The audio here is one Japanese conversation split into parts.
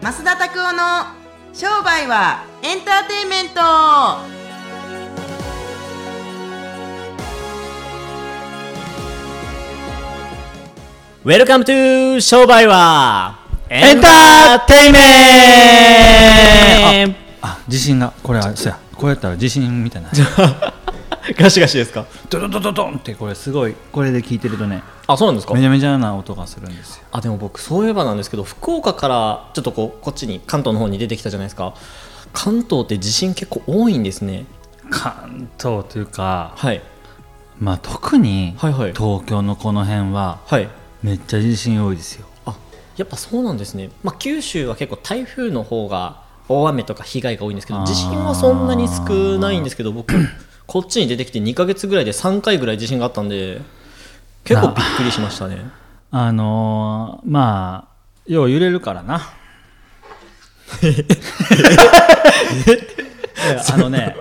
増田拓夫の商売はエンターテインメントウェルカムトゥ商売はエンターテイメントあ地震がこれはそうやこうやったら地震みたいな ガシガシですかドドドドドンってこれすごいこれで聞いてるとねあそうなんですかめちゃめちゃな音がするんですよあでも僕そういえばなんですけど福岡からちょっとこうこっちに関東の方に出てきたじゃないですか関東って地震結構多いんですね関東というかはいまあ特にはいはい東京のこの辺ははいめっちゃ地震多いですよあやっぱそうなんですね、まあ、九州は結構台風の方が大雨とか被害が多いんですけあどー地震はそんなに少ないんですけど 僕こっちに出てきて2ヶ月ぐらいで3回ぐらい地震があったんで結構びっくりしましたねあのーまあよう揺れるから ない やあのね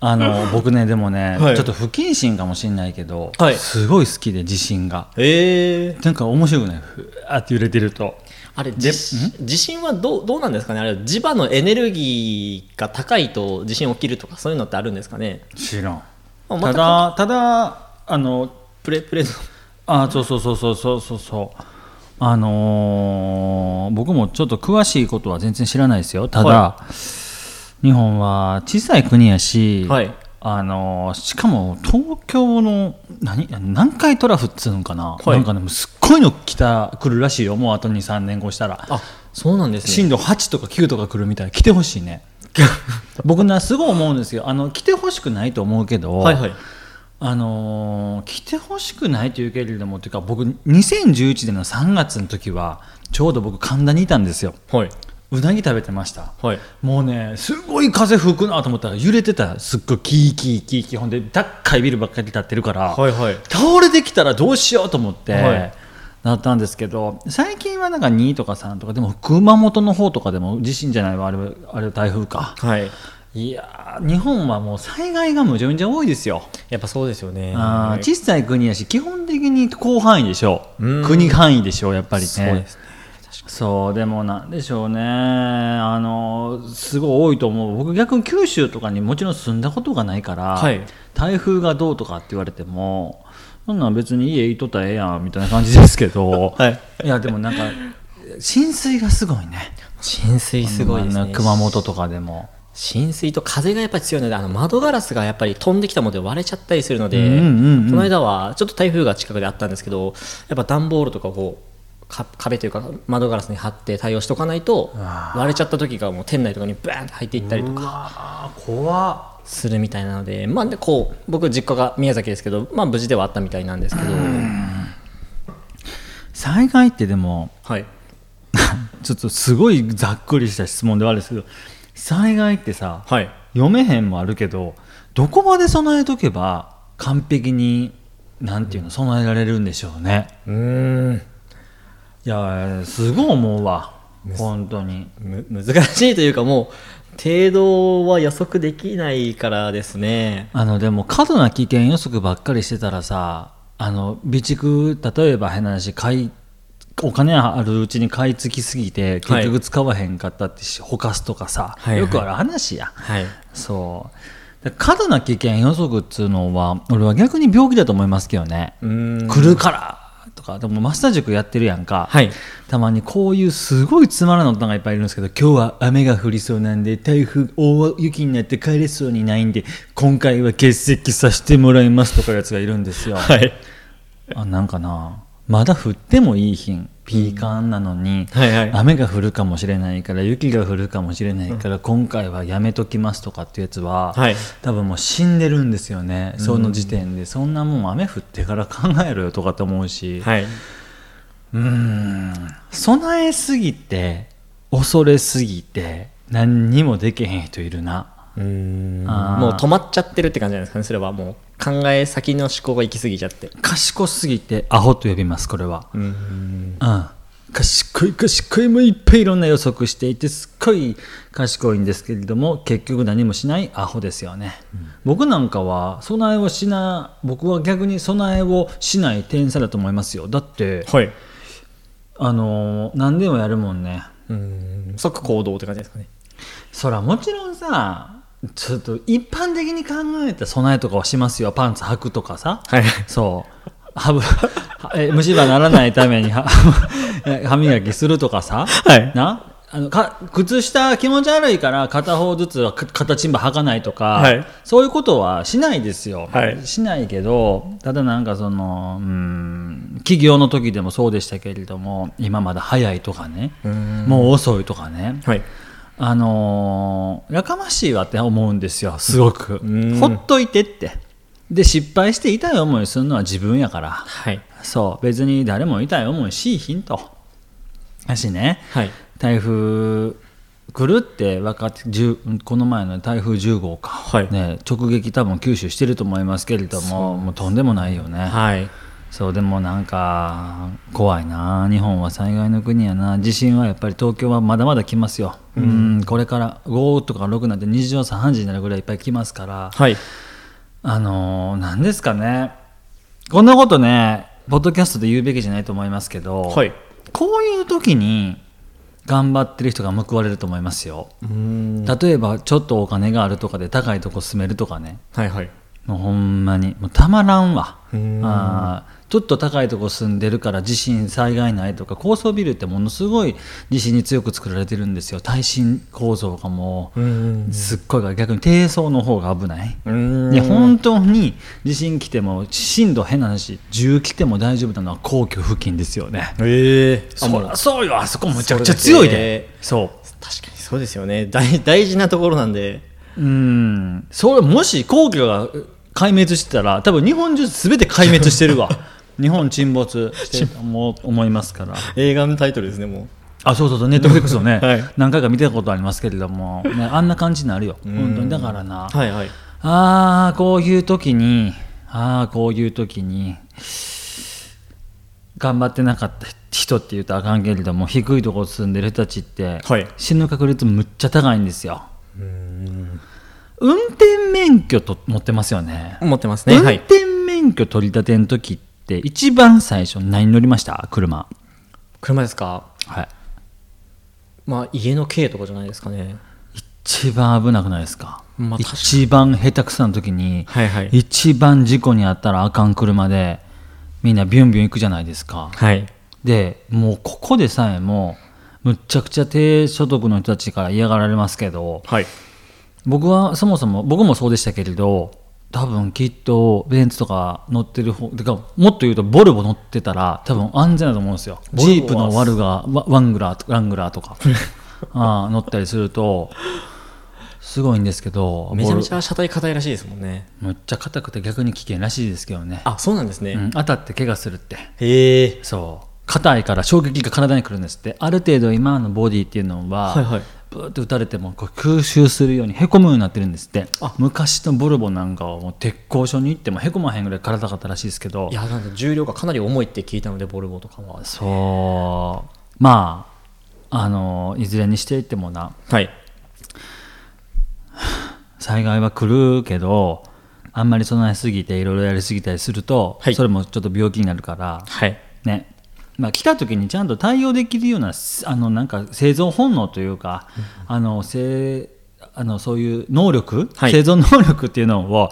あの僕ねでもね、はいちょっと不謹慎かもしれないけど、はいすごい好きで地震がえー、なんか面白くないふわーって揺れてるとあれ地地震はどうどうなんですかねあれ磁場のエネルギーが高いと地震起きるとかそういうのってあるんですかね知らんあまただただあのプレプレのあそうそうそうそうそうそうそうあのー僕もちょっと詳しいことは全然知らないですよただ、は日本は小さい国やし、はいあのーしかも東京の何南海トラフっつうのかな、いなんかねもうすっごいの来た来るらしいよもうあと23年後したらあそうなんですね震度8とか9とか来るみたい来てほし いね僕なすごい思うんですよあの来てほしくないと思うけど、はいはいあのー来てほしくないというけれどもというか僕2011年の3月の時はちょうど僕神田にいたんですよはいうなぎ食べてましたはいもうねすごい風吹くなと思ったら揺れてたすっごいキーキーキーキーほんで高いビルばっかり立ってるから、はいはい倒れてきたらどうしようと思って、はいなったんですけど最近はなんか2とか3とかでも熊本の方とかでも地震じゃないわあれはあれは台風かはいいやー日本はもう災害がむちゃむちゃ多いですよやっぱそうですよねあー小さい国やし基本的に広範囲でしょうん国範囲でしょやっぱりねそうですねそうでもなんでしょうねあのすごい多いと思う僕逆に九州とかにもちろん住んだことがないから、はい台風がどうとかって言われてもそんなん別に家いとったらええやんみたいな感じですけど、 はい、やでもなんか浸水がすごいね浸水すごいですあねの熊本とかでも。浸水と風がやっぱり強いのであの窓ガラスがやっぱり飛んできたもので割れちゃったりするので、うんうんうんこの間はちょっと台風が近くであったんですけどやっぱ段ボールとかをこうか壁というか窓ガラスに貼って対応しておかないと割れちゃった時がもう店内とかにバーンって入っていったりとかああ怖っするみたいなので,、まあ、でこう僕実家が宮崎ですけど、まあ、無事ではあったみたいなんですけど、災害ってでもはい、ちょっとすごいざっくりした質問ではあるんですけど災害ってさ、はい読めへんもあるけどどこまで備えとけば完璧になんていうの備えられるんでしょうねうーんいやすごい思うわ本当にむ難しいというかもう程度は予測できないからですね。あのでも過度な危険予測ばっかりしてたらさあの備蓄例えば変な話買いお金あるうちに買い付きすぎて結局使わへんかったってし、ほかすとかさ、はいはいよくある話や、はいそうだ過度な危険予測っつうのは俺は逆に病気だと思いますけどね、うーん来るからとかでもマスター塾やってるやんか、はいたまにこういうすごいつまらない大人がいっぱいいるんですけど今日は雨が降りそうなんで台風大雪になって帰れそうにないんで今回は欠席させてもらいますとかいうやつがいるんですよ、はい、あなんかなまだ降ってもいい品ピーカンなのに、はいはい雨が降るかもしれないから雪が降るかもしれないから、今回はやめときますとかっていうやつは、はい多分もう死んでるんですよねその時点で、そんなもん雨降ってから考えろよとかって思うし、はい、備えすぎて恐れすぎて何にもできへん人いるなうんあーもう止まっちゃってるって感じなんですかねそれはもう考え先の思考が行き過ぎちゃって賢すぎてアホと呼びますこれはうんうん、賢い賢いもういっぱいいろんな予測していてすっごい賢いんですけれども結局何もしないアホですよね、僕なんかは備えをしな僕は逆に備えをしない天才だと思いますよだって、はいあのー何でもやるもんねうん即行動って感じですかねそらもちろんさちょっと一般的に考えた備えとかはしますよパンツ履くとかさ、はいそう歯ぶえ虫歯ならないためには歯磨きするとかさ、 はいなあのか靴下気持ち悪いから片方ずつはか片チンバ履かないとか、はいそういうことはしないですよ、はいしないけどただなんかそのうん企業の時でもそうでしたけれども今まだ早いとかねもう遅いとかね、はいあのーやかましいわって思うんですよすごくんほっといてってで失敗して痛い思いするのは自分やからはいそう別に誰も痛い思いしいひんとだしね、はい台風来るって分かって10この前の台風10号か、はいね、直撃多分九州してると思いますけれどももうとんでもないよね、はいそうでもなんか怖いな日本は災害の国やな地震はやっぱり東京はまだまだ来ますよ、うん、これから5とか6なんて2乗3時になるぐらいいっぱい来ますからはいあのー何ですかねこんなことねポッドキャストで言うべきじゃないと思いますけど、はいこういう時に頑張ってる人が報われると思いますようん例えばちょっとお金があるとかで高いとこ住めるとかねはいはいもうほんまにもうたまらんわうんあーちょっと高いとこ住んでるから地震災害ないとか高層ビルってものすごい地震に強く作られてるんですよ耐震構造がもううんすっごいから逆に低層の方が危ないうんで本当に地震来ても震度変な話10来ても大丈夫なのは皇居付近ですよねええそもうらそうよあそこむちゃくちゃ強いでそう確かにそうですよね大大事なところなんでうんそれもし皇居がう壊滅してたら多分日本中全て壊滅してる わ日本沈没してると思う思いますから映画のタイトルですねもあそうそうそうネットフリックスを ね、はい何回か見てたことありますけれども、ね、あんな感じになるよ本当にだからな、うはいはいああこういう時にああこういう時に頑張ってなかった人って言うとあかんけれども低いところ住んでる人たちって、はい死ぬ確率むっちゃ高いんですよ運転免許と持ってますよね持ってますね運はい転免許取り立ての時って一番最初何乗りました車車ですかはいまあ家の軽とかじゃないですかね一番危なくないですか,、まあ確かに一番下手くそな時に、はいはい一番事故にあったらあかん車でみんなビュンビュン行くじゃないですかはいでもうここでさえもむっちゃくちゃ低所得の人たちから嫌がられますけどはい僕はそもそも僕もそうでしたけれど多分きっとベンツとか乗ってる方てかもっと言うとボルボ乗ってたら多分安全だと思うんですよボルボジはープのワルガーワワングラーとラングラー とかあー乗ったりするとすごいんですけどめちゃめちボゃ車体硬いらしいですもんねルむっちゃ硬くて逆に危険らしいですけどね、あそうなんですね、うん当たって怪我するってへえそう硬いから衝撃が体に来るんですってある程度今のボディっていうのは、はいはいブーって打たれてもこう空襲するようにへこむようになってるんですって昔のボルボなんかはもう鉄工所に行ってもへこまへんぐらい体がったらしいですけどいやなんか重量がかなり重いって聞いたのでボルボとかはそうまああのいずれにしていってもなはい災害は来るけどあんまり備えすぎていろいろやりすぎたりすると、はいそれもちょっと病気になるから、はいねまあ、来た時にちゃんと対応できるようなすあのなんか生存本能というか、あのせあのそういう能力、はい生存能力っていうのを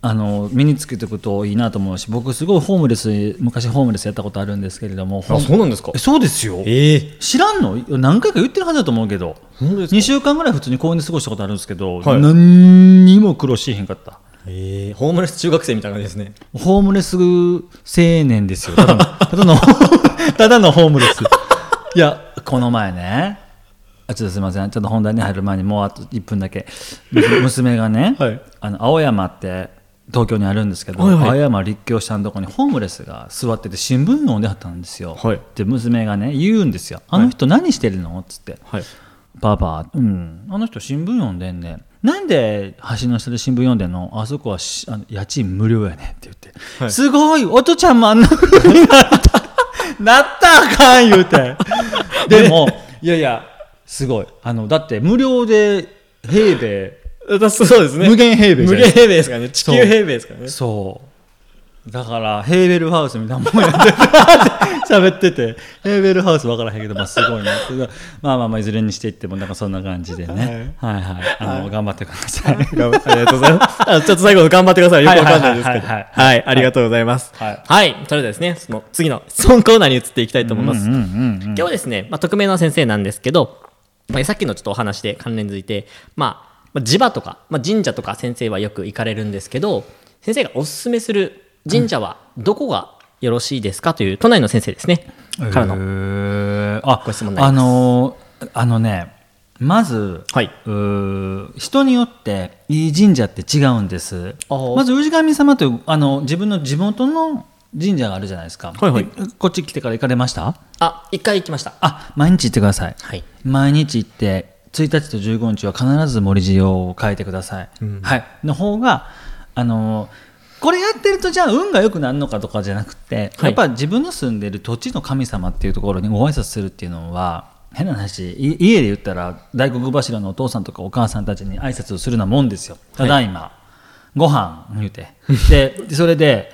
あの身につけておくといいなと思うし僕すごいホームレス昔ホームレスやったことあるんですけれどもほんうなんですかえそうですよええ知らんの何回か言ってるはずだと思うけど本当ですか2週間ぐらい普通に公園で過ごしたことあるんですけど、はい何にも苦労しへんかったええホームレス中学生みたいな感じですねホームレス青年ですよ。た だの、ただのただのホームレス。いや、この前ね、あちょっとすみません、ちょっと本題に入る前にもうあと1分だけ、む娘が ね、はいあの青山って東京にあるんですけど、はいはい青山立教社のとこにホームレスが座ってて新聞読んではったんですよ。はいで、娘がね、言うんですよ。あの人何してるのっつって。はいパパ、うん、あの人新聞読んでんねんなんで橋の下で新聞読んでんのあそこはしあの家賃無料やねんって言って、はいすごいおとちゃんもあんな風になった なったらあかん言うて でもいやいやすごいあのだって無料で平米そうですね無限平米じゃ無な限い平米ですからね地球平米ですからねそうだからヘーベルハウスみたい なもんやって喋っててヘーベルハウス分からへんけど、まあ、すごいなってまあまあまあいずれにしていってもなんかそんな感じでね、はい、はいあの頑張ってくださ いありがとうございます。あちょっと最後頑張ってください。よくわかんないですけど。はいはいはいはいはい、ありがとうございます。はいはい、それではですね、その次の質問コーナーに移っていきたいと思います。うんうんうん今日ですね、まあ、匿名の先生なんですけど、まあ、さっきのちょっとお話で関連づいて、まあ、まあ地場とか、まあ、神社とか先生はよく行かれるんですけど先生がおすすめする神社はどこがよろしいですかという都内の先生ですね、からのえーあご質問になりあますのーあのねまず、はいうー人によっていい神社って違うんですあーまず氏神様というあの自分の地元の神社があるじゃないですか、はいはいえこっち来てから行かれましたあ一回行きましたあ毎日行ってください、 はい毎日行って1日と15日は必ず森塩を変えてください、はい、の方があのこれやってるとじゃあ運が良くなるのかとかじゃなくて、はいやっぱ自分の住んでる土地の神様っていうところにご挨拶するっていうのは変な話い家で言ったら大黒柱のお父さんとかお母さんたちに挨拶をするようなもんですよただいま、ご飯言うてでそれで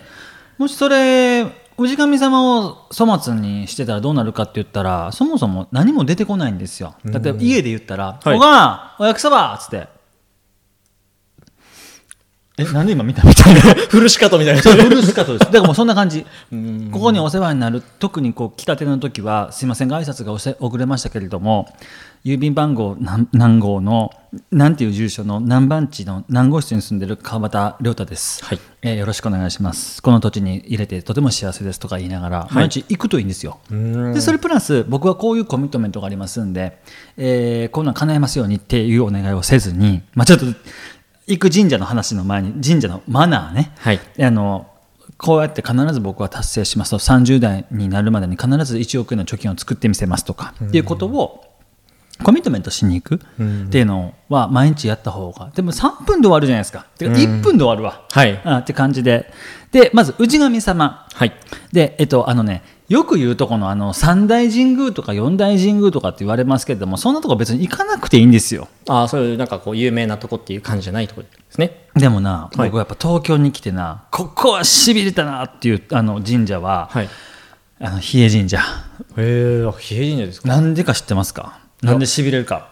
もしそれ氏神様を粗末にしてたらどうなるかって言ったらそもそも何も出てこないんですよ例えば家で言ったら「はいおかんおやくそば」っつって「えなんで今見た?」みたいな古しかとみたいなそうブルースカートですだからも うそんな感じここにお世話になる特にこう来たての時はすいませんが挨拶がおせ遅れましたけれども郵便番号何何号の何ていう住所の何番地の何号室に住んでる川端亮太です、はいえーよろしくお願いしますこの土地に入れてとても幸せですとか言いながら、毎日行くといいんですよでそれプラス僕はこういうコミットメントがありますんで、えーこんなん叶えますようにっていうお願いをせずに、まあ、ちょっと行く神社の話の前に神社のマナーね、はいあのこうやって必ず僕は達成しますと30代になるまでに必ず1億円の貯金を作ってみせますとかっていうことをコミットメントしに行くっていうのは毎日やった方がでも3分で終わるじゃないですかてか1分で終わるわ、はいあって感じででまず氏神様はいで、えっと、あのね、よく言うとこのあの三大神宮とか四大神宮とかって言われますけれども、そんなとこ別に行かなくていいんですよ。あそういうなんかこう有名なとこっていう感じじゃないとこですねでもな、はい僕はやっぱ東京に来てな、ここはしびれたなっていうあの神社は、はいへあの比叡神社。え比叡神社ですかなんでか知ってますかなんでしびれるか。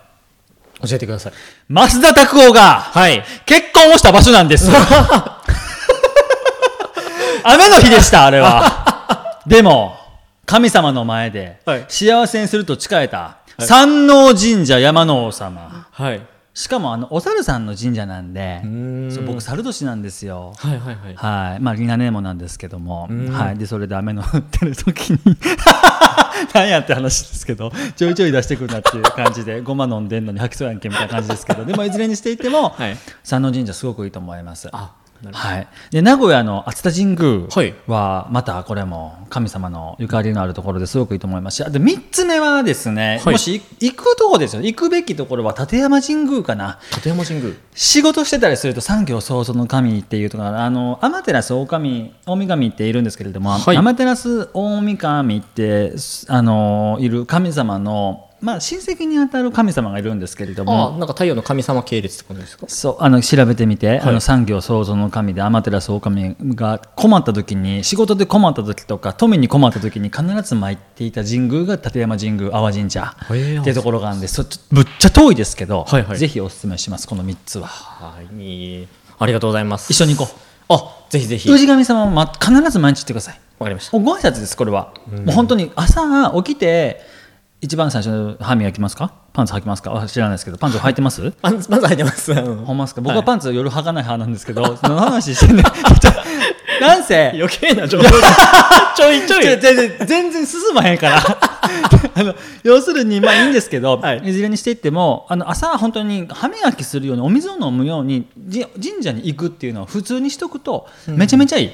教えてください増田拓夫がはい結婚をした場所な んですよ。雨の日でした、あれは。 でも、神様の前ではい、幸せにすると誓えた、山王神社山の王様。はいしかも、あの、お猿さんの神社なんで、そう僕、猿年なんですよ。はいはいはいはい。まあ、リナネーモなんですけども、はい。で、それで雨の降ってる時に、 なんやって話ですけど、ちょいちょい出してくるなっていう感じで、ごま飲んでんのに吐きそうやんけみたいな感じですけど、でも、いずれにしていても、はい山王神社すごくいいと思います。あなるほどはい。で、名古屋の熱田神はい宮は、またこれも神様のゆかりのあるところですごくいいと思いますし、あと3つ目はですね、はいもし行くとこですよ。行くべきところは立山神宮かな。立山神宮仕事してたりすると三行創造の神っていうとかあの天照大神大神っているんですけれども、はい天照大神ってすあのいる神様の、まあ、親戚にあたる神様がいるんですけれどあもなんか太陽の神様系列ってことですかそうあの調べてみて、あの産業創造の神で天照大神が困った時に仕事で困った時とか富に困った時に必ず参っていた神宮が立山神宮阿波神社ってへえいうところがあるんでそぶっちゃ遠いですけど、はいはいぜひおすすめしますこの3つは。はいありがとうございます一緒に行こうあぜひぜひわ氏神様も、ま、必ず毎日言ってくださいかりましたおご挨拶ですこれは、もう本当に朝起きて一番最初の歯磨きますかパンツ履きますかあ知らないですけどパンツ履いてますまずまず入ってますほんまですか僕ははいパンツ夜履かない派なんですけど、その話して ねちょなんせ余計な情報がちょいちょい違う違う違う全然進まへんから あの要するにまあいいんですけど、はいい、ずれにしていってもあの朝は本当に歯磨きするようにお水を飲むようにじ神社に行くっていうのを普通にしとくとめちゃめちゃいい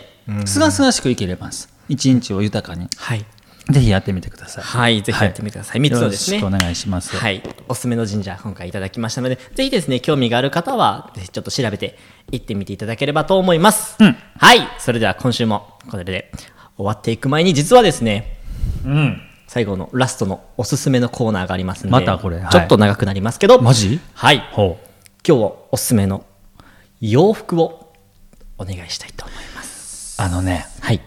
すがすがしく生きれます一日を豊かにはいぜひやってみてくださいはいぜひやってみてください三つのですねよろしくお願いしますはい、おすすめの神社今回いただきましたのでぜひですね興味がある方はぜひちょっと調べて行ってみていただければと思います、うんはいそれでは今週もこれで終わっていく前に実はですねうん最後のラストのおすすめのコーナーがありますのでまたこれはいちょっと長くなりますけどマジはいほう今日はおすすめの洋服をお願いしたいと思いますあのねはい。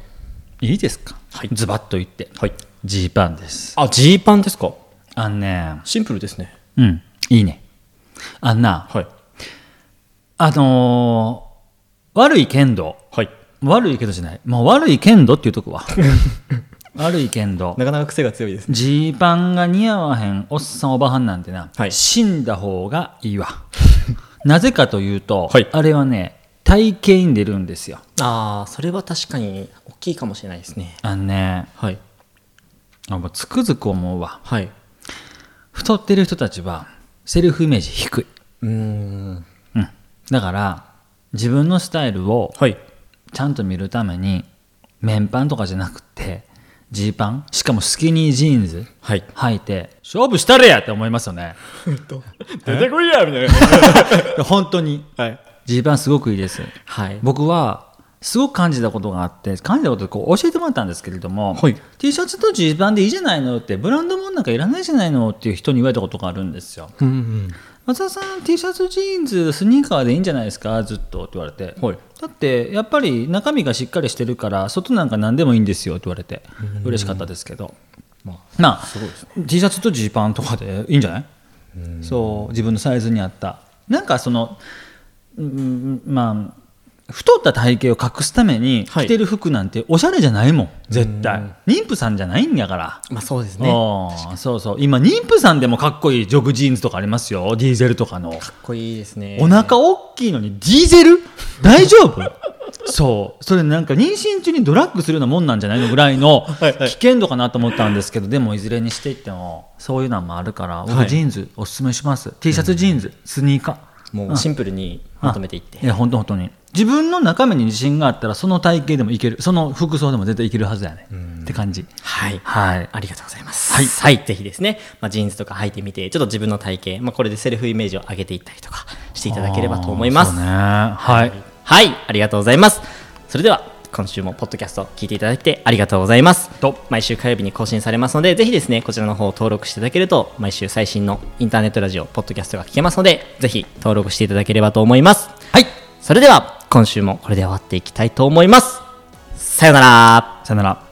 いいですか、はいズバッと言ってはい。ジーパンですあ、ジーパンですかあんねシンプルですね。うんいいねあんなはい。あのー悪い剣道はい。悪いけどじゃない、まあ、悪い剣道っていうとこは 悪い剣道なかなか癖が強いですね。ジーパンが似合わへんおっさんおばはんなんてな、はい死んだ方がいいわ なぜかというと、はいあれはね体型に出るんですよああ、それは確かに大きいかもしれないですね。あのねはい。あもうつくづく思うわはい。太ってる人たちはセルフイメージ低い、うん。うん、だから自分のスタイルをはい。ちゃんと見るために綿パンとかじゃなくてジーパンしかもスキニージーンズはい。履いて勝負したれやって思いますよね出てこいやみたいな。 本当にはい。ジーパンすごくいいですはい。僕はすごく感じたことがあって感じたことをこう教えてもらったんですけれども、はい T シャツとジーパンでいいじゃないのってブランドもんなんかいらないじゃないのっていう人に言われたことがあるんですようんうん。松田さん T シャツジーンズスニーカーでいいんじゃないですかずっとって言われて、はいだってやっぱり中身がしっかりしてるから外なんか何でもいいんですよって言われて嬉しかったですけど、まあ T シャツとジーパンとかでいいんじゃないそう自分のサイズに合ったなんかその、うん、まあ太った体型を隠すためにはい着てる服なんておしゃれじゃないもん絶対妊婦さんじゃないんやからまあそうですね。かね、そうそう今妊婦さんでもかっこいいジョグジーンズとかありますよディーゼルとかの、っこいいですね。お腹大きいのにディーゼル大丈夫 そうそれなんか妊娠中にドラッグするようなもんなんじゃないのぐら いのはいはい危険度かなと思ったんですけどでもいずれにしていってもそういうのもあるから僕ジーンズおすすめします、T シャツジーンズ、スニーカーもうシンプルにまとめていってい。や本当本当に自分の中身に自信があったらその体型でもいけるその服装でも絶対いけるはずやねって感じはい。はいありがとうございます。はい。ぜひですね、まあ、ジーンズとか履いてみて、ちょっと自分の体型、まあ、これでセルフイメージを上げていったりとかしていただければと思いまあーす。そうねはいはい。ありがとうございます。それでは、今週もポッドキャスト聞いていただいてありがとうございます。と毎週火曜日に更新されますので、ぜひですね、こちらの方を登録していただけると、毎週最新のインターネットラジオ、ポッドキャストが聞けますので、ぜひ登録していただければと思います。はいそれでは、今週もこれで終わっていきたいと思います。さよなら。さよなら